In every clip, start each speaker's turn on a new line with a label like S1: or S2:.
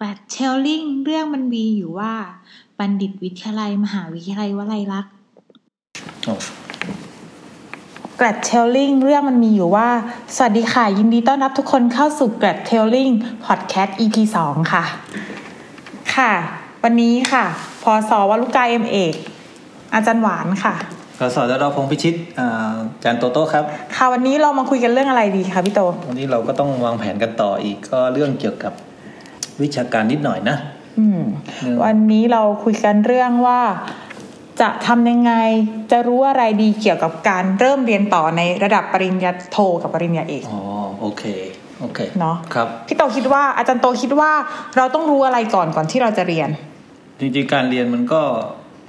S1: กลัดเชลลิง เรื่องมันมีอยู่ว่า บัณฑิตวิทยาลัย มหาวิทยาลัยวลัยลักษณ์
S2: อ๋อก
S1: ลัดเชลลิง เรื่องมันมีอยู่ว่า สวัสดีค่ะ ยินดีต้อนรับทุกคนเข้าสู่กลัดเชลลิงพอดแคสต์ EP 2 ค่ะ ค่ะ วันนี้ค่ะ พอสอวลุกายเอ็มเอก อาจารย์หวานค่ะ
S2: กสดรพงษ์พิชิตอ่าอาจารย์โตโต้ครับ
S1: ค่ะวันนี้เรามาคุยกันเรื่องอะไรดีคะพี่โต
S2: วันนี้เราก็ต้องวางแผนกันต่ออีกก็เรื่องเกี่ยวกับวิชาการนิดหน่อยนะ
S1: อืม
S2: เรื่อง
S1: วันนี้เราคุยกันเรื่องว่า จะทำยังไงจะรู้อะไรดีเกี่ยวกับการเริ่มเรียนต่อในระดับปริญญาโทกับปริญญาเอก
S2: อ๋อโอเคโอเค
S1: เนอะ
S2: ครับ
S1: พี่โตคิดว่าอาจารย์โตคิดว่าเราต้องรู้อะไรก่อนก่อนที่เราจะเรียน
S2: จริงๆการเรียนมันก็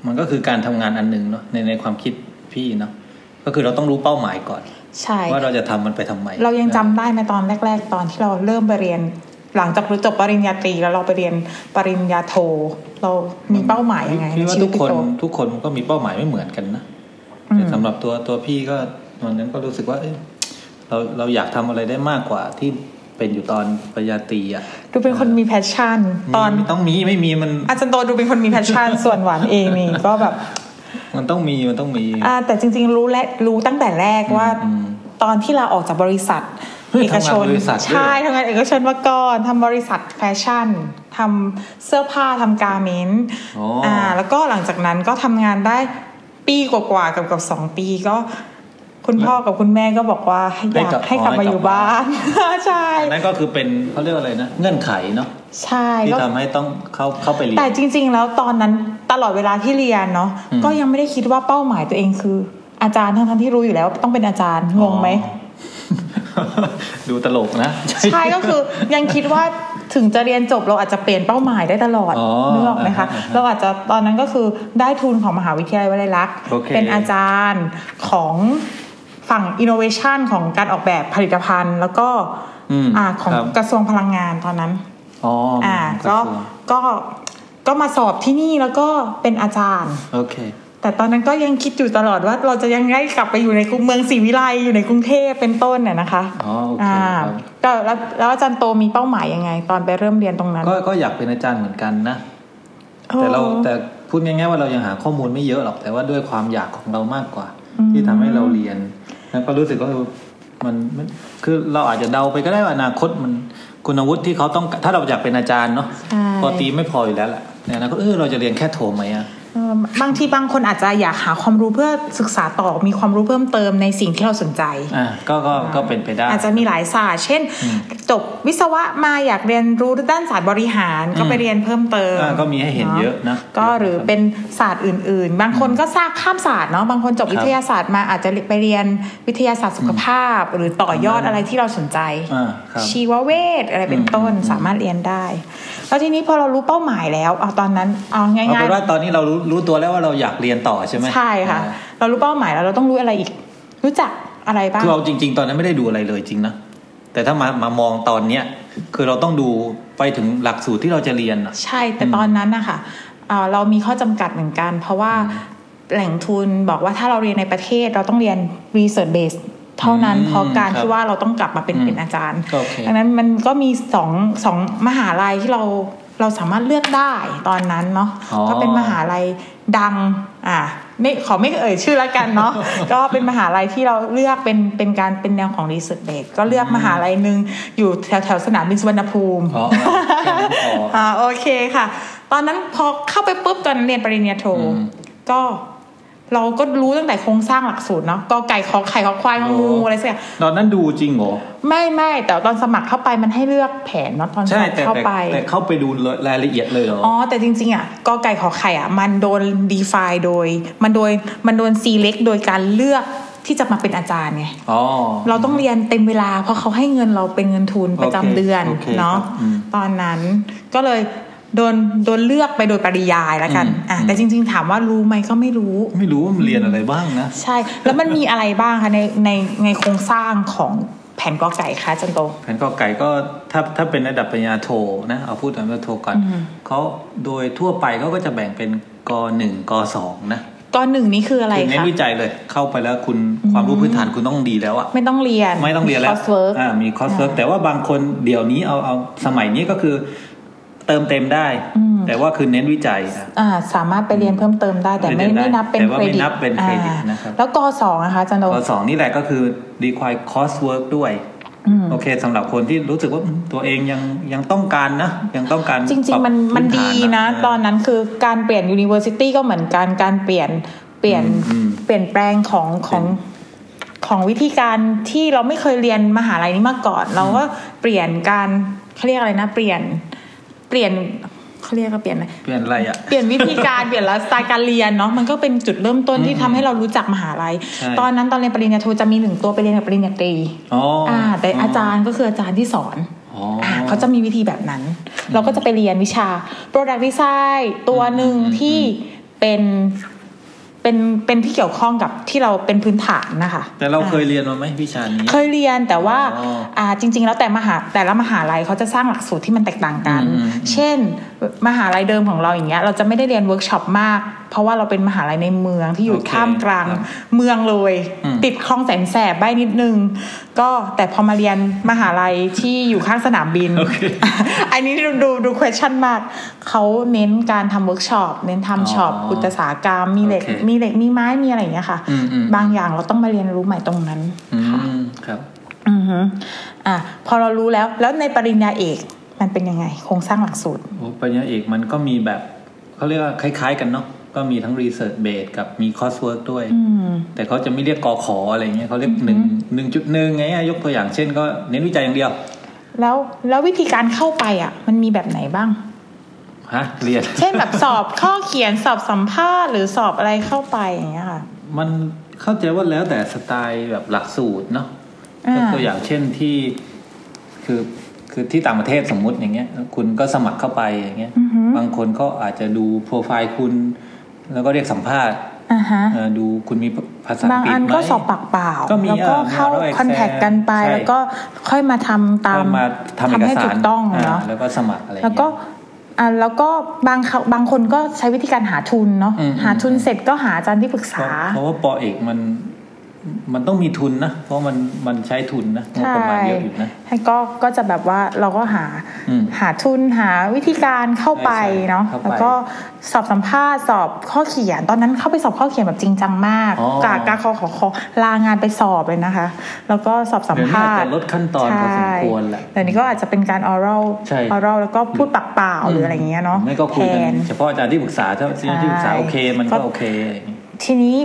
S2: มันก็คือการทำงานอันหนึ่งเนาะในในความคิดพี่เนาะก็คือเราต้องรู้เป้าหมายก่อน
S1: ใช่
S2: ว่าเราจะทำมันไปทำไม
S1: เรายังจำได้ไหมตอนแรก ๆ ตอนที่เราเริ่มไปเรียน หลังจากจบปริญญาตรีแล้วเราไปเรียนปริญญาโท เรามีเป้าหมายยังไง
S2: พี่
S1: ใน
S2: ว่า
S1: ชีวิ
S2: ทุ
S1: ต
S2: ก
S1: พี่
S2: คน
S1: โต
S2: ทุกคนก็มีเป้าหมายไม่เหมือนกันนะ
S1: อืม
S2: แต่สำหรับตัวตัวพี่ก็ตอนนั้นก็รู้สึกว่าเอ้ยเราเราอยากทำอะไรได้มากกว่าที่เป็นอยู่ตอนปริญญาตรีอะ
S1: ดูเป็นคนมีแพชชั่น ตอน
S2: มันต้องมีไม่มีมัน
S1: อาจารย์โตดูเป็นคนมีแพชชั่น ส่วนหวานเองนี่ก็แบบ
S2: มันต้องมีมันต้องมี
S1: อ่าแต่จริงๆรู้และรู้ตั้งแต่แรกว่า
S2: อืม
S1: ตอนที่เราออกจากบริษัท
S2: เฮ้ย
S1: เอกชน
S2: ทำงานบริษัทด้วยเหรอ
S1: ใช่ทำงานเอกชนมาก่อนทำบริษัทแฟชั่นทำเสื้อผ้าทำการเมนต์
S2: อ๋ออ
S1: อ่า แล้วก็หลังจากนั้นก็ทำงานได้ปีกว่าๆกับกับสองปีก็ คุณพ่อกับคุณแม่ก็บอกว่าให้อยากให้กลับมาอยู่บ้าน ใช่
S2: อันนั่นก็คือเป็นเขาเรียกว่าอะไรนะ เงื่อนไขเนาะ
S1: ใช่
S2: ที่
S1: ก็
S2: ทำให้ต้องเข้าเข้าไปเรียน
S1: แต่จริง ๆ แล้วตอนนั้นตลอดเวลาที่เรียนเนาะ
S2: อืม
S1: ก็ยังไม่ได้คิดว่าเป้าหมายตัวเองคือ อาจารย์ทั้งๆที่รู้อยู่แล้วว่าต้องเป็นอาจารย์งงไหม
S2: อ๋อ ดูตลกนะ
S1: ใช่ก็คือ ยังคิดว่าถึงจะเรียนจบเราอาจจะเปลี่ยนเป้าหมายได้ตลอด
S2: อ๋อ
S1: นึกออกไหมคะ
S2: อ่าฮะ
S1: เราอาจจะตอนนั้นก็คือได้ทุนของมหาวิทยาลัยวลัยลักษณ์
S2: โอเค
S1: เป็นอาจารย์ของฝั่ง innovation ของการออกแบบผลิตภัณฑ์ แล้วก็
S2: อืม
S1: อ่าของ
S2: ครับ
S1: กระทรวงพลังงานตอนนั้น
S2: อ๋ออ่า
S1: อ่าก็ก็ก็มาสอบที่นี่แล้วก็เป็นอาจารย์
S2: โอเค
S1: แต่ตอนนั้นก็ยังคิดอยู่ตลอดว่าเราจะยังได้กลับไปอยู่ในกรุงเมืองศรีวิไลอยู่ในกรุงเทพเป็นต้นน่ะนะคะ
S2: อ๋อโอเคครับ
S1: ก็แล้วแล้วอาจารย์โตมีเป้าหมายยังไง ตอนไปเริ่มเรียนตรงนั้น
S2: ก็ก็อยากเป็นอาจารย์เหมือนกันนะ แต่เรา
S1: อ๋อ
S2: แต่พูดง่ายๆว่าเรายังหาข้อมูลไม่เยอะหรอกแต่ว่าด้วยความอยากของเรามากกว่า ที่ทำให้เราเรียน แล้วก็รู้สึกว่าเออมันมันคือเราอาจจะเดาไปก็ได้ว่าอนาคตมันคุณวุฒิที่เขาต้องถ้าเราอยากเป็นอาจารย์เนาะ
S1: ใช่
S2: พอตรีไม่พออยู่แล้วแหละในอนาคตเออเราจะเรียนแค่โทไหมอะ
S1: เอ่อบางทีบางคนอาจจะอยากหาความรู้เพื่อศึกษาต่อมีความรู้เพิ่มเติมในสิ่งที่เราสนใจ
S2: อ่ะก็ก็ก็เป็นไปได้
S1: อาจจะมีหลายศาสตร์เช่น
S2: อืม
S1: จบวิศวะมาอยากเรียนรู้ด้านศาสตร์บริหารก็
S2: อืม
S1: ไปเรียนเพิ่มเติม
S2: อ่าก็มีให้เห็นเยอะนะ
S1: ก็หรือเป็นศาสตร์อื่น ๆ บางคนก็สร้างข้ามศาสตร์เนาะบางคนจบ
S2: ครับ
S1: วิทยาศาสตร์มาอาจจะไปเรียนวิทยาศาสตร์สุขภาพ หรือต่อยอดอะไรที่เราสนใจ
S2: อ่าครับ
S1: ชีวเวชอะไรเป็นต้น
S2: อืม
S1: สามารถเรียนได้ แล้วทีนี้พอเรารู้เป้าหมายแล้วเอาตอนนั้นเอา
S2: เอา
S1: ง่าย
S2: เป็นว่าตอนนี้เรารู้รู้ตัวแล้วว่าเราอยากเรียนต่อใช่ไหม
S1: ๆ ใช่ค่ะ
S2: อ่
S1: เรารู้เป้าหมายแล้วเราต้องรู้อะไรอีก รู้จักอะไรบ้า
S2: าง คือเราจริง ๆ ตอนนั้นไม่ได้ดูอะไรเลยจริงนะ แต่ถ้ามามามองตอนเนี้ยคือเราต้องดูไปถึงหลักสูตรที่เราจะเรียนอะ
S1: ใช่แต่ตอนนั้นนะคะเอ่อเรามีข้อจำกัดเหมือนกัน เพราะว่าแหล่งทุนบอกว่าถ้าเราเรียนในประเทศเราต้องเรียน research base เท่านั้น
S2: อืม
S1: เพราะการ
S2: ครับ
S1: ที่ว่าเราต้องกลับมาเป็น
S2: อืม
S1: เป็นอาจารย์
S2: โอเค
S1: ดังนั้นมันก็มีสองสองมหาลัยที่เราเราสามารถเลือกได้ตอนนั้นเนาะ
S2: อ๋อ
S1: ก็เป็นมหาลัยดังอ่ะไม่ขอไม่เอ่ยชื่อแล้วกัน เนาะ ก็เป็นมหาลัยที่เราเลือกเป็นเป็นการเป็นแนวของ research base ก็เลือกมหาลัยหนึ่งอยู่แถวแถวสนามบินสุวรรณภูมิ
S2: อ๋อแค่นั้นพอ
S1: อ่าโอเคค่ะ ตอนนั้นพอเข้าไปปุ๊บตอนนั้นเรียนปริญญาโท
S2: อืม
S1: ก็ เราก็รู้ตั้งแต่โครงสร้างหลักสูตรเนาะก็ไก่ขอไข่ขอควายของู
S2: โอ้
S1: อะไรสักอย่าง
S2: ตอนนั้นดูจริงเหรอ
S1: ไม่ไม่แต่ตอนสมัครเข้าไปมันให้เลือกแผนเนาะตอนส
S2: ใช่
S1: มัคร
S2: แต่
S1: เข้า
S2: แต่
S1: ไป
S2: แต่เข้าไปดูรายละเอียดเลยเหรอ
S1: อ๋อแต่จริงๆอ่ะกอไก่ขอไข่อ่ะมันโดน define โดย มันโดยมันโดน select โดยการเลือกที่จะมาเป็นอาจารย์ไง
S2: อ๋อ
S1: เราต้องเรียนเต็มเวลาเพราะเขาให้เงินเราเป็นเงินทุนประจำ
S2: โอเค
S1: เดือน
S2: โอเค
S1: เนาะ
S2: ครับอืม
S1: ตอนนั้นก็เลยโดนโดนเลือกไปโดยปริยายแล้วกัน
S2: อืม
S1: อ่ะ
S2: อืม
S1: แต่จริง ๆ ถามว่ารู้ไหมก็ไม่รู้
S2: ไม่รู้ว่ามันเรียนอะไรบ้างนะ
S1: ใช่ แล้วมันมีอะไรบ้างคะในในในโครงสร้างของแผนกอไก่คะจันโต
S2: แผนกอไก่ก็ถ้าถ้าเป็นระดับปริญญาโทนะเอาพูดตามปริญญาโทก่อน
S1: อืม
S2: เขาโดยทั่วไปเขาก็จะแบ่งเป็นกหนึ่งกสองนะ
S1: ตอนหนึ่งนี่คืออะไร
S2: คือเน้น
S1: คะ
S2: วิจัยเลย เข้าไปแล้วคุณความรู้พื้นฐานคุณต้องดีแล้วอะ
S1: ไม่ต้องเรียน
S2: ไม่ต้องเรียนแล้ว
S1: course work
S2: อ่ามีคอร์สเวิร์กแต่ว่าบางคนเดี๋ยวนี้เอาเอาสมัยนี้ก็คือเติมเต็มได้
S1: อืม
S2: แต่ว่าคือเน้นวิจัยนะ
S1: อ่าสามารถไปเรียนเพิ่มเติมได้ แต่ไม่
S2: เรียนได้
S1: ไม่นับเป็น
S2: แต่
S1: เค
S2: ว่าร ไม่
S1: ดิต
S2: นับเป็นเครดิต
S1: อ่า
S2: นะครับ
S1: แล้วกสองนะคะอาจันโด
S2: ข้อสองนี่แหละก็คือ require course work ด้วย
S1: อืม
S2: โอเคสำหรับคนที่รู้สึกว่าอืมตัวเองยังยังต้องการนะ ยังต้องการ
S1: จริ
S2: ป
S1: ง
S2: บ
S1: ๆ มันมัน
S2: พื้
S1: ดี
S2: ฐา
S1: นะ ตอนนั้นคือการเปลี่ยน university ก็เหมือนกันการเปลี่ยนเปลี่ยน
S2: อืม
S1: เปลี่ยนแปลงของของของวิธีการที่เราไม่เคยเรียนมหาลัยนี้มาก่อน เราก็เปลี่ยนการเขาเรียกอะไรนะ เปลี่ยนเปลี่ยนเขาเรียกว่าเปลี่ยนอะไร
S2: เปลี่ยนอะไรอะ
S1: เปลี่ยนวิธีการ เปลี่ยนไลฟ์สไตล์การเรียนเนาะมันก็เป็นจุดเริ่มต้นที่ทำให้เรารู้จักมหาลัย
S2: ใช่
S1: ตอนนั้นตอนเรียนปริญญาโทจะมีหนึ่งตัวไปเรียนกับปริญญาตรี
S2: อ๋ออ่
S1: าแต่อาจารย์ก็คืออาจารย์ที่สอน
S2: อ๋อ
S1: อ่ะ
S2: อ่
S1: เขาจะมีวิธีแบบนั้น เราก็จะไปเรียนวิชา Product Design ตัวหนึ่ง
S2: อืม
S1: ที่เป็นเป็นเป็นที่เกี่ยวข้องกับที่เราเป็นพื้นฐานนะคะ
S2: แต่เราเคย
S1: อ่ะ
S2: เรียนมาไหมวิชานี้
S1: เคยเรียนแต่ว่า
S2: อ๋ออ่
S1: าจริง ๆ แล้วแต่มหาแต่ละมหาลัยเขาจะสร้างหลักสูตรที่มันแตกต่างกัน
S2: อืมอืมอืม
S1: เช่น มหาลัยเดิมของเราอย่างเงี้ยเราจะไม่ได้เรียนเวิร์กช็อปมาก เพราะว่าเราเป็นมหาลัยในเมืองที่อยู่ข้ามกลาง
S2: ครับ
S1: เมืองเลย
S2: อืม
S1: ติดคลองแสนแสบใบ้นิดนึง ก็แต่พอมาเรียนมหาลัยที่อยู่ข้างสนามบิน
S2: โอเค
S1: อันนี้ดูดูดู question มาก เขาเน้นการทำเวิร์กช็อป เน้น
S2: อ๋อ
S1: ทำช็อปอุตสาหกรรม มีเหล็ก
S2: โอเค
S1: มีเหล็ก มีไม้ มีอะไรอย่างเงี้ยค่ะ
S2: อืมอืม
S1: บางอย่างเราต้องมาเรียนรู้ใหม่ตรงนั้น
S2: อืมครับ
S1: อือฮึอ่ะ พอเรารู้แล้ว แล้วในปริญญาเอกมันเป็นยังไง โครงสร้างหลักสูตร
S2: โอ้ปริญญาเอกมันก็มีแบบเขาเรียกว่าคล้ายๆ กันเนาะก็มีทั้งรีเสิร์ชเบสกับมีคอสเวิร์กด้วย
S1: อืม
S2: แต่เขาจะไม่เรียกกอขออะไรเงี้ยเขาเรียกหนึ่งหนึ่งจุดหนึ่งไงยกตัวอย่างเช่นก็เน้นวิจัยอย่างเดียว
S1: แล้ว แล้ววิธีการเข้าไปอ่ะ มันมีแบบไหนบ้าง
S2: ฮะเรียน
S1: เช่นแบบสอบข้อเขียน สอบสัมภาษณ์ หรือสอบอะไรเข้าไปอย่างเงี้ยค่ะ
S2: มันเข้าใจว่าแล้วแต่สไตล์แบบหลักสูตรเนาะ
S1: อ่าย
S2: กตัวอย่างเช่นที่คือคือที่ต่างประเทศสมมุติอย่างเงี้ย คุณก็สมัครเข้าไปอย่างเงี้ย
S1: อือฮึ
S2: บางคนก็อาจจะดูโปรไฟล์คุณ แล้วก็เรียกสัมภาษณ์
S1: อ่าฮะ
S2: เอ่อดูคุณมีภาษาอั
S1: บาง ง
S2: กฤษ
S1: อัน
S2: ไหม
S1: ก็สอบปากเปล่า
S2: ก็มี
S1: แล้วก็
S2: อ่ะ
S1: เข้า
S2: แล้วก็ exam
S1: คอนแทคกันไป
S2: ใช่
S1: แล้วก็ค่อยมาทำตาม
S2: ก็มาทำเอก
S1: ทำให้
S2: สา
S1: ถู
S2: ร
S1: กต้อง
S2: า
S1: เนาะ
S2: แล้วก็สมัครอะไรเงี้ย
S1: แล้วก็อ่ะแล้วก็บางเขาบางคนก็ใช้วิธีการหาทุนเนาะ
S2: อืม
S1: หาทุนเสร็จก็หาอาจารย์ที่ปรึกษา
S2: เพราะเพราะว่าปอเอกมันมันต้องมีทุนนะ เพราะมันมันใช้ทุนนะงบประมาณเยอะอยู่นะ
S1: ให้ก็ก็จะแบบว่าเราก็หา
S2: อืม
S1: หาทุนหาวิธีการเข้าไป
S2: ใช่ใช่
S1: เนาะ
S2: เข้าไป
S1: แล้วก็สอบสัมภาษณ์สอบข้อเขียน ตอนนั้นเข้าไปสอบข้อเขียนแบบจริงจังมาก
S2: อ๋อ
S1: กากาคอขอขอลางานไปสอบเลยนะคะ แล้วก็สอบสัม
S2: เดี๋ยวนี้
S1: ภา
S2: อา
S1: ษ
S2: จจะ
S1: ณ์
S2: ลดขั้นตอนพอสมควรแหละ
S1: ใช่แต่นี้ก็อาจจะเป็นการออรัล
S2: ใช่
S1: ออรัลแล้วก็พูดปากเปล่าหรืออะไรอย่างเงี้ยเนาะ
S2: ไม่ก็คุย
S1: แท
S2: กัน
S1: น
S2: เฉพาะอาจารย์ที่ปรึกษาถ้าอาจารย์ที่ปรึกษา
S1: ใช่
S2: โอเคมัน
S1: ก็
S2: ก็โอเคอะไรอย่างงี้
S1: ทีนี้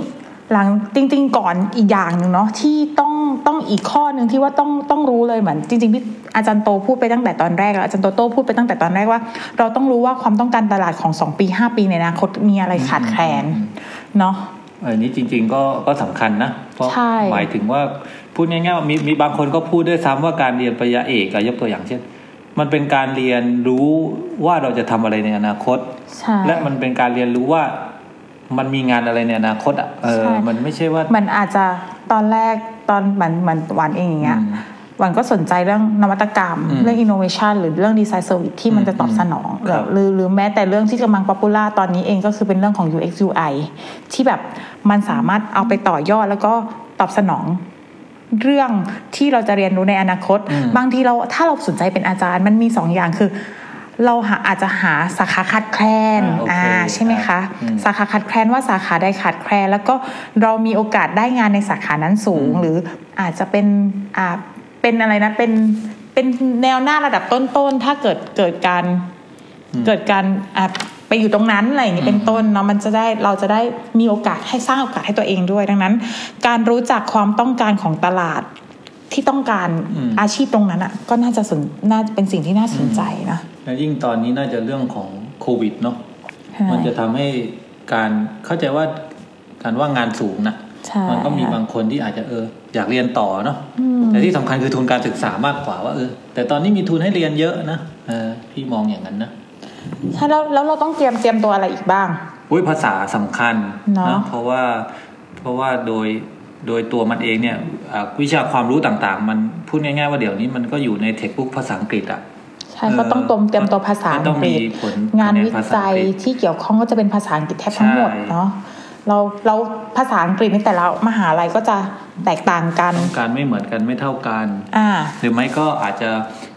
S1: หลังจริง ๆ ก่อนอีกอย่างหนึ่งเนาะที่ต้องต้องอีกข้อหนึ่งที่ว่าต้องต้องรู้เลยเหมือน จริงๆพี่อาจารย์โตพูดไปตั้งแต่ตอนแรกแล้วอาจารย์โตโต้พูดไปตั้งแต่ตอนแรกว่า เราต้องรู้ว่าความต้องการตลาดของสองปีห้าปีในอนาคตมีอะไรขาดแคลน
S2: อืม
S1: เนาะ
S2: อันนี้จริง ๆ ก็ก็สำคัญนะ เพราะ
S1: ใช่
S2: หมายถึงว่าพูดง่ายๆว่ามีมีบางคนก็พูดด้วยซ้ำว่าการเรียนปริญญาเอกอะยกตัวอย่างเช่น มันเป็นการเรียนรู้ว่าเราจะทำอะไรในอนาคต
S1: ใช่
S2: และมันเป็นการเรียนรู้ว่ามันมีงานอะไรในอนาคตอ่ะเออ
S1: ใช่
S2: มันไม่ใช่ว่า
S1: มันอาจจะตอนแรกตอนเหมือนเหมือนหวานเองอย่างเงี้ย
S2: อืม
S1: หวานก็สนใจเรื่องนวัตกรรม
S2: อืม
S1: เรื่อง innovation หรือเรื่อง design service ที่มันจะตอบสนองหรื
S2: ครั
S1: อบ หรือหรือแม้แต่เรื่องที่กำลังป๊อปปูล่าตอนนี้เองก็คือเป็นเรื่องของ UX UI ที่แบบมันสามารถเอาไปต่อยอดแล้วก็ตอบสนอง เรื่องที่เราจะเรียนรู้ในอนาคต
S2: อืม
S1: บางทีเราถ้าเราสนใจเป็นอาจารย์มันมีสองอย่างคือ เราหาอาจจะหาสาขาขาดแคลน
S2: อ่าโอเค
S1: อ่าใช่ไหมคะ
S2: อืม
S1: สาขาขาดแคลนว่าสาขาใดขาดแคลนแล้วก็เรามีโอกาสได้งานในสาขานั้นสูง หรืออาจจะเป็นอ่าเป็นอะไรนะเป็นเป็นแนวหน้าระดับต้นๆถ้าเกิดเกิดการ
S2: อืม
S1: เกิดการอ่ะไปอยู่ตรงนั้นอะไรอย่างนี้เป็นต้นเนาะมันจะได้เราจะได้มีโอกาสให้สร้างโอกาสให้ตัวเองด้วย ดังนั้น การรู้จักความต้องการของตลาดที่ต้องการ
S2: อืม
S1: อาชีพตรงนั้นอ่ะก็น่าจะสนน่าจะเป็นสิ่งที่น่าสนใจนะ
S2: และยิ่งตอนนี้น่าจะเรื่องของโควิดเนาะมันจะทำให้การเข้าใจว่าการว่างงานสูงนะ
S1: ใช่
S2: มันก็มี
S1: ค่ะ
S2: บางคนที่อาจจะเอออยากเรียนต่อเนาะ
S1: อืม
S2: แต่ที่สำคัญคือทุนการศึกษามากกว่าว่าเออแต่ตอนนี้มีทุนให้เรียนเยอะนะเออพี่มองอย่างนั้นนะ
S1: ใช่แล้วแล้วเราต้องเตรียมเตรียมตัวอะไรอีกบ้าง
S2: อุ้ยภาษาสำคัญ
S1: เนอะ
S2: เพราะว่าเพราะว่าโดยโดยตัวมันเองเนี่ยอ่ะวิชาความรู้ต่างๆ มันพูดง่ายๆว่าเดี๋ยวนี้มันก็อยู่ในเทคบุ๊กภาษาอังกฤษอะ
S1: ใช่ก็ต้องตมเตรียมตัวภาษา
S2: ก็
S1: อั
S2: ต้อง
S1: กฤ
S2: มี
S1: ษ
S2: ผล
S1: งานวิ
S2: ภาษา
S1: จัย
S2: อังกฤษ
S1: ที่เกี่ยวข้องก็จะเป็นภาษาอังกฤษแทบทั้งหมด
S2: ใช่
S1: เนาะ เราเราภาษาอังกฤษในแต่ละมหาลัยก็จะแตกต่างกัน
S2: การไม่เหมือนกันไม่เท่ากัน
S1: อ่า
S2: หรือไม่ก็อาจจะ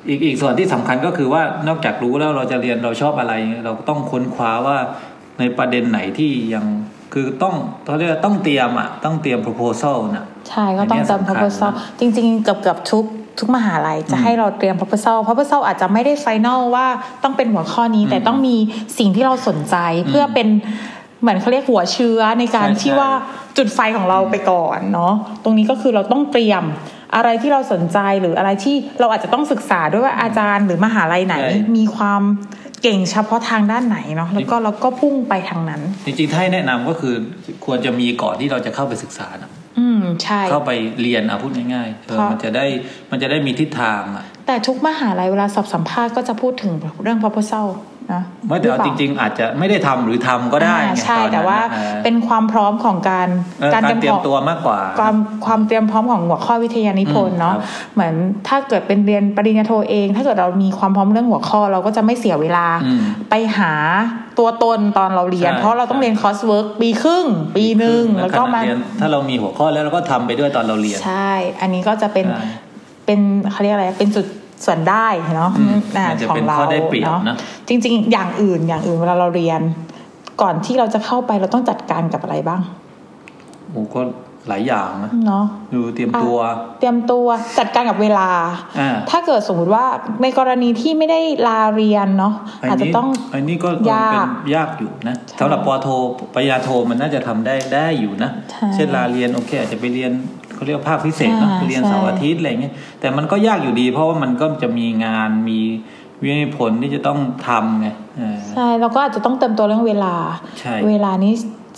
S2: อีกอีกส่วนที่สำคัญก็คือว่านอกจากรู้แล้วเราจะเรียนเราชอบอะไร เราต้องค้นคว้าว่าในประเด็นไหนที่ยังคือต้องเขาเรียกว่าต้องเตรียมอ่ะต้องเตรียม proposal นะ
S1: ใช่ก็ต้อง
S2: อันเนี้ย
S1: เตรียม
S2: สำคัญ
S1: proposal จริงๆเกือบเกือบๆทุกทุกมหาลัยจะ
S2: อืม
S1: ให้เราเตรียม proposal proposal อาจจะไม่ได้ final ว่าต้องเป็นหัวข้อนี้
S2: อืม
S1: แต่ต้องมีสิ่งที่เราสนใจ
S2: อืม
S1: เพื่อเป็นเหมือนเขาเรียกหัวเชื้อในการ
S2: ใช่
S1: ที่
S2: ใช่
S1: ว่าจุดไฟของเราไปก่อนเนาะตรงนี้ก็คือเราต้องเตรียมอะไรที่เราสนใจหรืออะไรที่เราอาจจะต้องศึกษาด้วยว่าอาจารย์หรือมหาลัยไหน มีความเก่งเฉพาะทางด้านไหนเนาะแล้วก็เราก็พุ่งไปทางนั้น
S2: จริงๆถ้าให้แนะนำก็คือควรจะมีก่อนที่เราจะเข้าไปศึกษานะ
S1: อืมใช่
S2: เข้าไปเรียนอ่ะพูดง่ายๆเออ
S1: ค่ะ
S2: มันจะได้มันจะได้มีทิศทางอ่ะ
S1: แต่ทุกมหาลัยเวลาสอบสัมภาษณ์ก็จะพูดถึงเรื่อง proposal นะ
S2: ไม่แต่เอาจริง ๆ อาจจะไม่ได้ทำหรือทำก็ได้
S1: อ่า
S2: ไง
S1: ใช่
S2: ตอนนั้น
S1: แต่ว่า
S2: ออ
S1: เป็นความพร้อมของการ
S2: เออการเตรียมตัวมากกว่า
S1: ความความเตรียมพร้อมของหัวข้อวิทยานิพนธ์เนาะ
S2: อืมครับ
S1: เหมือนถ้าเกิดเป็นเรียนปริญญาโทเอง ถ้าเกิดเรามีความพร้อมเรื่องหัวข้อเราก็จะไม่เสียเวลา
S2: อืม
S1: ไปหาตัวตนตอนเราเรียน
S2: ใช่
S1: เพราะเราต้องเรียนคอร์สเวิร์กปีครึ่ง ปีหนึ่งแล้วก็
S2: ขณะ
S1: มา
S2: เรียนถ้าเรามีหัวข้อแล้วเราก็ทำไปด้วยตอนเราเรียน
S1: ใช่ อันนี้ก็จะเป็น
S2: ใช่
S1: เป็นเขาเรียกอะไรเป็นจุดส่วนได้เนาะ
S2: อืม
S1: อ่า
S2: มันจะ
S1: ของ
S2: เป็น
S1: เรา
S2: ข้อได้เปรียบ
S1: เนาะ
S2: นะ
S1: จริงๆ อย่างอื่นอย่างอื่นเวลาเราเรียน ก่อนที่เราจะเข้าไปเราต้องจัดการกับอะไรบ้าง
S2: โอ้ก็หลายอย่างนะ
S1: เนาะ
S2: ดูเตรียมตัว
S1: เตรียมตัวจัดการกับเวลา
S2: อ่า
S1: ถ้าเกิดสมมติว่าในกรณีที่ไม่ได้ลาเรียนเนาะอาจจะ
S2: นี้
S1: ต้อง
S2: อันนี้ก็
S1: ยาก
S2: เป็นยากอยู่นะ
S1: ใช่
S2: สำหรับปอโทปริญญาโทมันน่าจะทำได้ได้อยู่นะ
S1: ใช่
S2: เช่นลาเรียนโอเค อาจจะไปเรียนเขาเรียกว่าภาคพิเศษเนอะ
S1: อ่า
S2: ไปเรียนเสาร์อาทิตย์อะไรเงี้ยแต่มันก็ยากอยู่ดี เพราะว่ามันก็จะมีงานมีวิทยผลที่จะต้องทำไงเออ
S1: ใช่เราก็อาจจะต้องเตรียมตัวเรื่องเวลา
S2: ใช่
S1: เวลานี้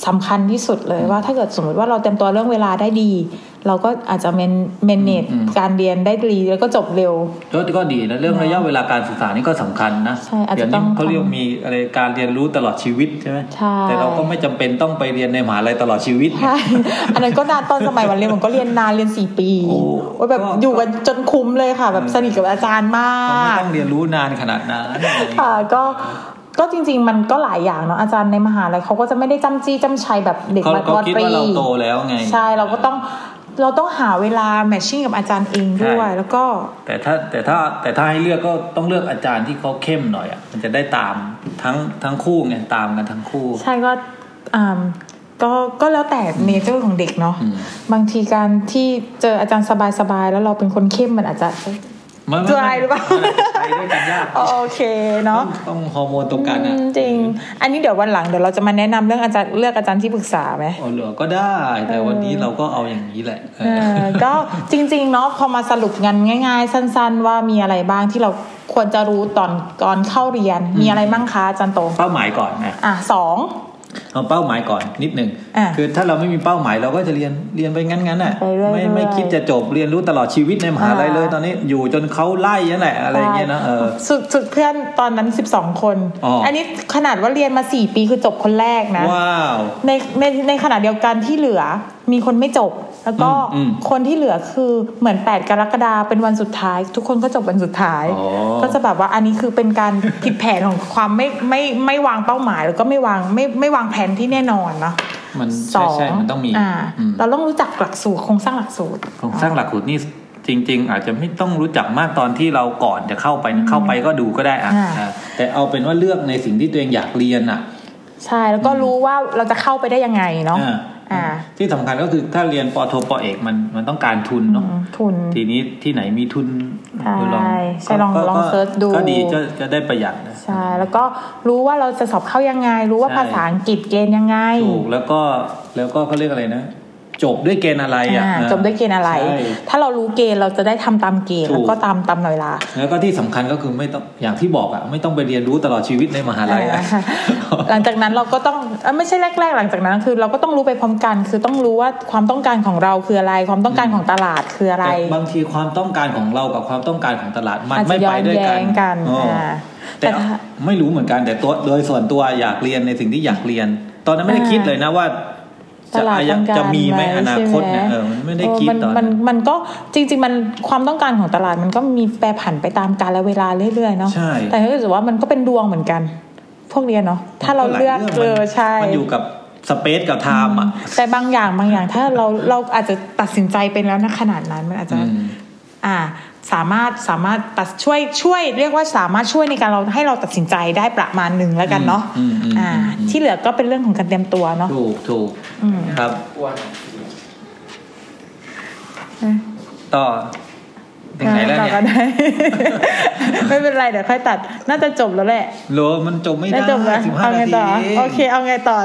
S1: สำคัญที่สุดเลยว่า ถ้าเกิดสมมติว่าเราเตรียมตัวเรื่องเวลาได้ดี เราก็อาจจะเมนเมนเนจการเรียนได้ดีแล้วก็จบเร็ว
S2: ก็ก็ดีนะเรื่องระยะเวลาการศึกษานี่ก็สำคัญนะ
S1: ใช่อาจจะ
S2: เดี๋ยว
S1: ต้
S2: นี้
S1: อง
S2: เขาเรียกมีอะไรการเรียนรู้ตลอดชีวิตใช่ไหม
S1: ใช่
S2: แต่เราก็ไม่จำเป็นต้องไปเรียนในมหาลัยตลอดชีวิตไง
S1: ใช่ อันนั้นก็นานตอนสมัยวันเรียนผมก็เรียนนานเรียนสี่ปี
S2: โอ้
S1: โอ้ยแบบ
S2: ก็
S1: อยู่กันจนคุ้มเลยค่ะ แบบ
S2: เออ
S1: สนิทกับอาจารย์มา
S2: เราไม่
S1: ก
S2: ต้องเรียนรู้นานขนาดนั้นอะไรอย่างเงี้ย
S1: ค่ะก็ก็จริง ๆ มันก็หลายอย่างเนาะอาจารย์ในมหาลัยเขาก็จะไม่ได้จำจี้จำชัยแบบเด็ก
S2: เขา
S1: มา
S2: เขาคิดว่าเราโตแล้วไง
S1: ใช่เราก็ต้องเราต้องหาเวลาแมทชิ่งกับอาจารย์เองด้วย แล้วก็
S2: แต่ถ้าแต่ถ้าแต่ถ้าให้เลือกก็ต้องเลือกอาจารย์ที่เขาเข้มหน่อยอ่ะมันจะได้ตามทั้งทั้งคู่ไงตามกันทั้งคู่
S1: ใช่ก็อ่าก็ก็แล้วแต่เนเจอร์ของเด็กเนาะ
S2: อืม
S1: บางทีการที่เจออาจารย์สบายๆแล้วเราเป็นคนเข้มมันอาจจะ
S2: ไม่ไม่
S1: จะอายหรือเปล่า
S2: ไปด้วยกันยาก
S1: โอเคเนาะ
S2: ต้องฮอร์โมนตรงกันอ่ะ
S1: อืมจริง อันนี้เดี๋ยววันหลังเดี๋ยวเราจะมาแนะนำเรื่องอาจารย์เลือกอาจารย์ที่ปรึกษาไหม
S2: เอาเหลือก็ได้ แต่วันนี้เราก็เอาอย่างนี้แหละเอ
S1: เอ
S2: อ
S1: อก็จริง ๆ เนาะพอมาสรุปกันง่าย ๆ สั้น ๆ ว่ามีอะไรบ้างที่เราควรจะรู้ตอนก่อนเข้าเรียน มีอะไรบ้างคะอาจารย์โต
S2: เป้าหมายก่อนนะ
S1: อ่ะสอง
S2: เอาเป้าหมายก่อนนิดหนึ่ง
S1: อ่ะ
S2: คือถ้าเราไม่มีเป้าหมายเราก็จะเรียนเรียนไปงั้นงั้นอ่ะ
S1: ไปเรื่อยๆ
S2: ไม่ไม่คิดจะจบเรียนรู้ตลอดชีวิตในมหาลัย
S1: อ่า
S2: เลยตอนนี้อยู่จนเขาไล่นั่นแหละอะไรอย่างเงี้ยนะเออ
S1: สุดสุดเพื่อนตอนนั้น 12 คน
S2: อ๋ออั
S1: นนี้ขนาดว่าเรียนมา 4 ปีคือจบคนแรกนะ
S2: ว้าว
S1: ในในในขณะเดียวกันที่เหลือมีคนไม่จบ แล้วก็
S2: อืมอืม
S1: คนที่เหลือคือเหมือน 8 กรกฎาเป็นวันสุดท้าย ทุกคนก็จบวันสุดท้าย
S2: อ๋อ
S1: ก็จะแบบว่าอันนี้คือเป็นการผิดแผนของความไม่ไม่ไม่วางเป้าหมาย แล้วก็ไม่วางไม่ไม่วางแผนที่แน่นอนเนาะ
S2: มัน
S1: ส
S2: ใช่
S1: อง
S2: ใช่มันต้องมี
S1: อ่า
S2: อืม
S1: เราต้องรู้จักหลักสูตรโครงสร้างหลักสูตร
S2: โครงสร้างหลักสูตรนี่จริง ๆ อาจจะไม่ต้องรู้จักมากตอนที่เราก่อนจะเข้าไปนะเข้าไปก็ดูก็ได้อะ
S1: อ่า
S2: อ่าแต่เอาเป็นว่าเลือกในสิ่งที่ตัวเองอยากเรียนอ่ะ
S1: ใช่แล้วก็รู้ว่าเราจะเข้าไปได้ยังไงเนาะ
S2: อ่า
S1: อ่า
S2: ที่สำคัญก็คือถ้าเรียนปอโทปอเอกมันมันต้องการทุนเนาะ
S1: อืมทุน
S2: ทีนี้ที่ไหนมีทุน
S1: ใช่
S2: เออลอง
S1: ใช่ลอง
S2: ก็ก็
S1: ลองเสิร์ชดู
S2: ก็ดีจะจะได้ประหยัดนะ
S1: ใช่แล้วก็รู้ว่าเราจะสอบเข้ายังไง รู้ว่า
S2: ใช่
S1: ภาษาอังกฤษเกณฑ์ยังไง
S2: ถูกแล้วก็แล้วก็เขาเรียกอะไรนะ จบด้วยเกณฑ์อะไรอ่ะ
S1: อ่า
S2: อ่า
S1: จบด้วยเกณฑ์อะไร
S2: ใช่
S1: ถ้าเรารู้เกณฑ์เราจะได้ทำตามเกณฑ์
S2: ถูก
S1: แล้วก็ตามตามเวลา
S2: แล้วก็ที่สำคัญก็คือไม่ต้องอย่างที่บอกอ่ะไม่ต้องไปเรียนรู้ตลอดชีวิตในมหาลัยอะ
S1: อ่าหลังจากนั้นเราก็ต้องเอ้ยไม่ใช่แรก ๆ หลังจากนั้น คือเราก็ต้องรู้ไปพร้อมกัน คือต้องรู้ว่าความต้องการของเราคืออะไร ความต้องการของตลาดคืออะไร
S2: แต่บางทีความต้องการของเรากับความต้องการของตลาดมัน
S1: อาจ
S2: ไม่
S1: จะย้
S2: ไป
S1: อน
S2: ด้วย
S1: แย้
S2: กัน
S1: งกัน
S2: อ๋ออ
S1: อ่า
S2: แต่
S1: แต่ถ้า
S2: ไม่รู้เหมือนกันแต่ตัวโดยส่วนตัวอยากเรียนในสิ่งที่อยากเรียน ตอนนั้นไม่ได้
S1: อ่า
S2: คิดเลยนะว่า
S1: ต
S2: จะ
S1: ลาด
S2: อาจ
S1: ต้องการ
S2: จะมีไหม
S1: ว้
S2: อนาคตเนี่ย
S1: ใช่ห
S2: เออมันไม่ได้คิด
S1: เออ
S2: ตอน
S1: มั
S2: นั้น น
S1: มันก็จริง ๆ มันความต้องการของตลาดมันก็มีแปรผันไปตามกาลเวลาเรื่อยๆเนาะ
S2: ใช่
S1: แต่ก็รู้สึกว่ามันก็เป็นดวงเหมือนกัน พวกเนี้ยเนาะถ้าเรา
S2: หย
S1: เลือก
S2: ง
S1: เอ
S2: มัน
S1: อใช่
S2: มันอยู่กับ สเปซกับไทม์อ่ะ
S1: แต่บางอย่างบางอย่างถ้าเราเราอาจจะตัดสินใจเป็นแล้วนะขนาดนั้นมันอาจจะ
S2: อืม
S1: อ่าสามารถสามารถตัดช่วยช่วย เรียกว่าสามารถช่วยในการเราให้เราตัดสินใจได้ประมาณหนึ่งแล้วกันเนาะ
S2: อืมอืมอืมอืม
S1: ที่เหลือก็เป็นเรื่องของการเตรียมตัวเนาะ
S2: ถูกถูก
S1: อืม
S2: ครับ
S3: อ้วน
S1: นะ
S2: ต่อถึงไหนแล้วเนี่ย
S1: ต่อก็ได้ ไม่เป็นไรเดี๋ยวค่อยตัด น่าจะจบแล้วแหละ
S2: โหลมันจบไม่ได้
S1: น่าจบแล้ว
S2: สิบห้า
S1: เอาไง
S2: นา
S1: ต่
S2: ที
S1: อ
S2: เอง
S1: โอเคเอาไงต่อ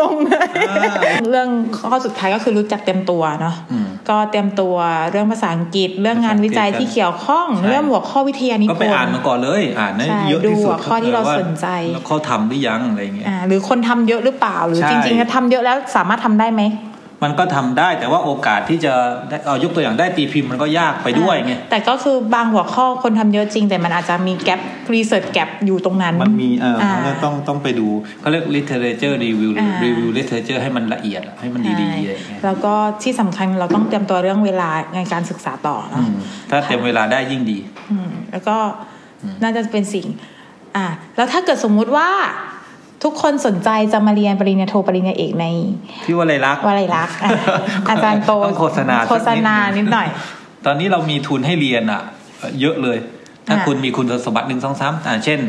S1: งงเลย
S2: อ่า
S1: เรื่องข้อสุดท้ายก็คือรู้จักเตรียมตัวเนาะ
S2: อืม
S1: ก็เตรียมตัวเรื่องภาษาอังกฤษ เรื่องงานวิจัยที่เกี่ยวข้อง
S2: ใช่
S1: เรื่องหัวข้อวิทยานิพนธ์
S2: ก็ไปอ่านมาก่อนเลย อ่านได้
S1: ใช่
S2: เยอะที่
S1: ดู
S2: สุด
S1: หัวข้อที่เรา
S2: ว่
S1: สนใจ
S2: แล้วเขาทำหรือยังอะไรอย่างเงี้ย
S1: อ่าหรือคนทำเยอะหรือเปล่าหรือ
S2: ใช่
S1: จริงๆแล้วทำเยอะแล้วสามารถทำได้ไหม
S2: มันก็ทำได้แต่ว่าโอกาสที่จะได้เอายกตัวอย่างได้ตีพิมพ์มันก็ยากไปด้วยไง
S1: อ่าแต่ก็คือบางหัวข้อคนทำเยอะจริง แต่มันอาจจะมีแกลบรีเสิร์ชแกลบอยู่ตรงนั้น
S2: มันมีเออ
S1: อ่า
S2: มันก็ต้องต้องไปดูเขาเรียก literature review หรือ
S1: อ่า
S2: review literature ให้มันละเอียดอะให้มันดีๆอะไรอย่างเงี้ย
S1: แล้วก็ที่สำคัญเราต้องเตรียมตัวเรื่องเวลาในการศึกษาต่อ
S2: อื
S1: เนาะ
S2: มถ้าเต็มเวลาได้ยิ่งดี
S1: อืมแล้วก็น่าจะเป็นสิ่ง อ่า แล้วถ้าเกิดสมมุติว่า ทุกคนสนใจจะมาเรียนปริญญาโทปริญญาเอกใน
S2: พี่ว่าอะไรรักษณ์
S1: วลัยลักษณ์ อ่ะ อาจารย์โต
S2: ต้องโฆษณาสักนิด
S1: โฆษณานิดหน่อย
S2: ตอนนี้เรามีทุนให้เรียนอะเอ่อเยอะเลย ถ้า
S1: อ่า
S2: คุณมีคุณสมบัติหนึ่งสองสามอ่าเช่น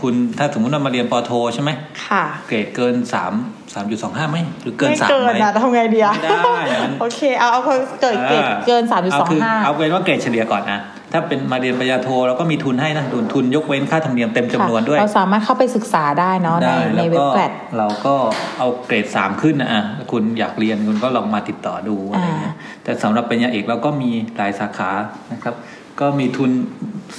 S2: คุณถ้าสมมติว่ามาเรียนปอโทใช่ไหม
S1: ค่ะ
S2: เกรดเกินสามสามจุดสองห้าไหมหรือเกินสาม
S1: ไม่เกิ
S2: ไหม
S1: นอะทำไงดีอะ
S2: ไม่ได้มัน
S1: โอเค เอาเอาคนเกิดเกิดเกินสามจุดสอง
S2: คือ
S1: ห้า
S2: เอาเป็นว่าเกรดเฉลี่ยก่อนนะถ้าเป็นมาเรียนปริญญาโทเราก็มีทุนให้นะทุนทุนยกเว้นค่าธรรมเนียมเต็มจำนวนด้วย
S1: เราสามารถเข้าไปศึกษาได้เนาะใน
S2: ได้
S1: ใน
S2: แล้ว
S1: เว็บ
S2: ก็
S1: แกลด
S2: เราก็เอาเกรดสามขึ้นนะอ่ะคุณอยากเรียนคุณก็ลองมาติดต่อดูอะไรเงี้ยแต่สำหรับปริญญาเอกเราก็มีหลายสาขานะครับ ก็มีทุน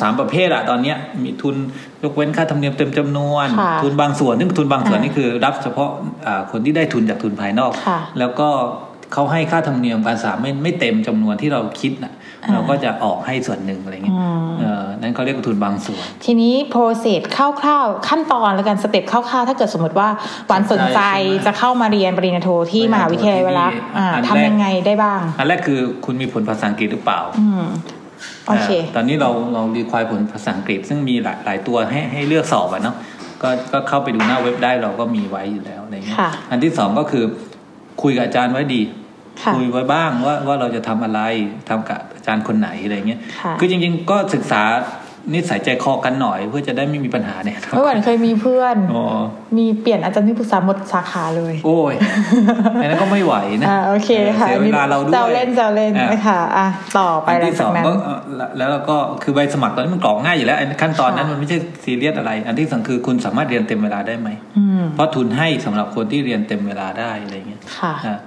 S2: สามประเภทอะตอนเนี้ยมีทุนยกเว้นค่าธรรมเนียมเต็มจำนวน
S1: ค่ะ
S2: ทุนบางส่วนซึ่งทุนบางส่วน
S1: อ่า
S2: นี่คือรับเฉพาะอ่าคนที่ได้ทุนจากทุนภายนอก
S1: ค่ะ
S2: แล้วก็เขาให้ค่าธรรมเนียมการศึกษาไม่ไม่เต็มจำนวนที่เราคิดนะ
S1: อ่า
S2: เราก็จะออกให้ส่วนหนึ่งอะไรเงี้ย
S1: อืม
S2: เออนั่นเขาเรียกว่าทุนบางส่วน
S1: ทีนี้ process คร่าวๆ ขั้นตอนแล้วกันสเต็ปคร่าวๆ ถ้าเกิดสมมติว่าหวานสนใจ
S2: สนใจ
S1: จะเข้ามาเรียนปริญญาโทที่
S2: ปริญ
S1: ม
S2: ญาโท
S1: หาวิทยาลัยเวลา
S2: ที่นี่
S1: อ่า
S2: อันแรก
S1: ทำยังไงได้บ้าง
S2: อันแรกคือคุณมีผลภาษาอังกฤษหรือเปล่า
S1: อืมโอเค
S2: อ่าตอนนี้เราเรารีควายผลภาษาอังกฤษ ซึ่งมีหลายหลายตัวให้ให้เลือกสอบอะเนาะก็ก็เข้าไปดูหน้าเว็บได้เราก็มีไว้อยู่แล้วอะไรเงี้ย
S1: ค่ะ
S2: อันที่สองก็คือคุยกับอาจารย์ไว้ดี
S1: ค่ะ
S2: คุยไว้บ้างว่าว่าเราจะทำอะไรทำกับอาจารย์คนไหนอะไรเงี้ย
S1: ค่ะ
S2: อจริงๆ ก็ศึกษานิสัยใจคอกันหน่อย เพื่อจะได้ไม่มีปัญหาเนี่ย
S1: เมื่อวันเคยมีเพื่อน
S2: อ๋อ
S1: มีเปลี่ยนอาจารย์ที่ปรึกษาหมดสาขาเลย
S2: โอ้ยอันนั้นก็ไม่ไหวนะ
S1: อ่าโอเคค่ะ
S2: เสียเวลาเราด้วย
S1: แซวเล่นแซวเล่น
S2: อ่า
S1: ค่ะอ่ะต่อไป
S2: อัน
S1: หลัง
S2: ที่ส
S1: จาก
S2: อง
S1: นั้น
S2: ก็เอ่อแล้วแล้วเราก็คือใบสมัครตอนนี้มันกรอกง่ายอยู่แล้วไอ้ขั้นตอนนั้น
S1: ค่ะ
S2: มันไม่ใช่ซีเรียสอะไร อันที่สองคือคุณสามารถเรียนเต็มเวลาได้ไหม
S1: อืม
S2: เพราะทุนให้สำหรับคนที่เรียนเต็มเวลาได้อะไรเงี้ย
S1: ค่ะ
S2: อ่ะ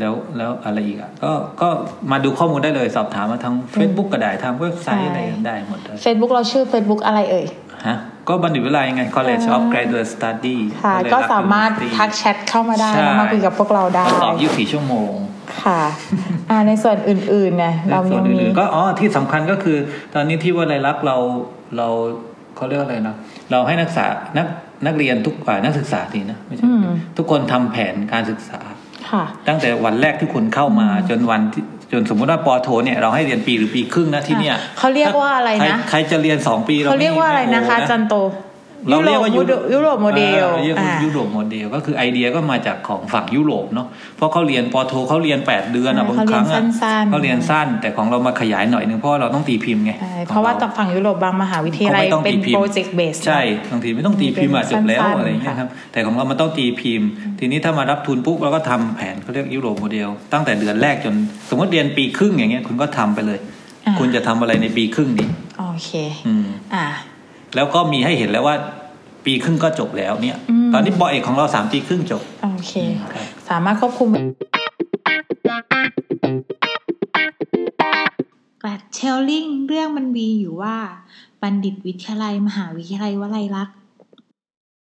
S2: แล้วแล้วอะไรอีกอ่ะก็ก็มาดูข้อมูลได้เลยสอบถามมาทาง Facebook ก็ได้ทางเว็บไซต์
S1: ใช่
S2: อะไรได้หมดเลย
S1: เฟซบุ๊กเราชื่อ Facebook อะไรเอ่ย
S2: ฮะก็บัณฑิตวิทยาลัยไง College
S1: อ่า
S2: of Graduate Study
S1: ค่ะ
S2: เลย
S1: ก็
S2: ฐ
S1: สามารถ
S2: University
S1: ทักแชทเข้ามาได้
S2: ใช่
S1: แล้วมาคุยกับพวกเราได้
S2: ก็สอบ24ชั่วโมง
S1: ค่ะอ่าในส่วนอื่นๆเนี่ยเรา
S2: ส่ว
S1: ยั
S2: น
S1: งมี
S2: อื่นๆก็อ๋อที่สำคัญก็คือ ตอนนี้ที่ว่าลายลักษณ์เราเราเขาเรียกอะไรนะเราให้นักศึกษานักนักเรียนทุกอ่านักศึกษาทีนะไม่ใช่
S1: อืม
S2: ทุกคนทำแผนการศึกษา
S1: ค่ะ
S2: ตั้งแต่วันแรกที่คุณเข้ามาจนวันที่จนสมมุติว่าปอโทเนี่ยเราให้เรียนปีหรือปีครึ่งนะที่เนี่ย
S1: ค่ะเขาเรียกว่าอะไรนะ
S2: ใคใครจะเรียนสองปี
S1: เขาเรียกว่าอะไรนะคะอาจันโต
S2: เราเรียกว่า
S1: ยุโรปยุโรปโมเดล
S2: อ่าเรียกว่า
S1: อ่า
S2: ยุโรปโมเดลก็คือไอเดียก็มาจากของฝั่งยุโรปเนาะเพราะเขาเรียนปอโทเขาเรียนแปดเดือนอ่ะ
S1: ใช่
S2: บางครั้ง
S1: เขาเรีย
S2: อ่ะ
S1: นสั้นๆ
S2: เขาเรียนสั้น แต่ของเรามาขยายหน่อยนึงเพราะเราต้องตีพิมพ์ไง
S1: ใช่เพราะว่า
S2: ของ
S1: จากฝั่งยุโรปบางมหาวิทยาลัย
S2: เขาไม่ต้อง
S1: เป็น
S2: ตีพิมพ์
S1: โปรเจกต์เบส
S2: ใช่บางทีไม่ต้องตีพิมพ์อะ
S1: เป็
S2: จ
S1: น
S2: บแล้ว
S1: สั้นๆ
S2: อะไรอย่างเงี้ยครับแต่ของเรามันต้องตีพิมพ์ ทีนี้ถ้ามารับทุนปุ๊บเราก็ทำแผนเขาเรียกยุโรปโมเดล ตั้งแต่เดือนแรกจน สมมติเรียนปีครึ่งอย่างเงี้ยคุณก็ทำไปเลย
S1: อ่า
S2: คุณจะทำอะไรในปีครึ่งนี้
S1: โอเค
S2: อืม
S1: อ่า
S2: แล้วก็มีให้เห็นแล้วว่า ปีครึ่งก็จบแล้วเนี่ย
S1: อืม
S2: ตอนนี้ปอเอกของเราสามปีครึ่งจบ
S1: โอเค
S2: ครับ
S1: สามารถควบคุม
S4: แกลดเชลลิงเรื่องมันมีอยู่ว่า บัณฑิตวิทยาลัย มหาวิทยาลัยวลัยลักษณ์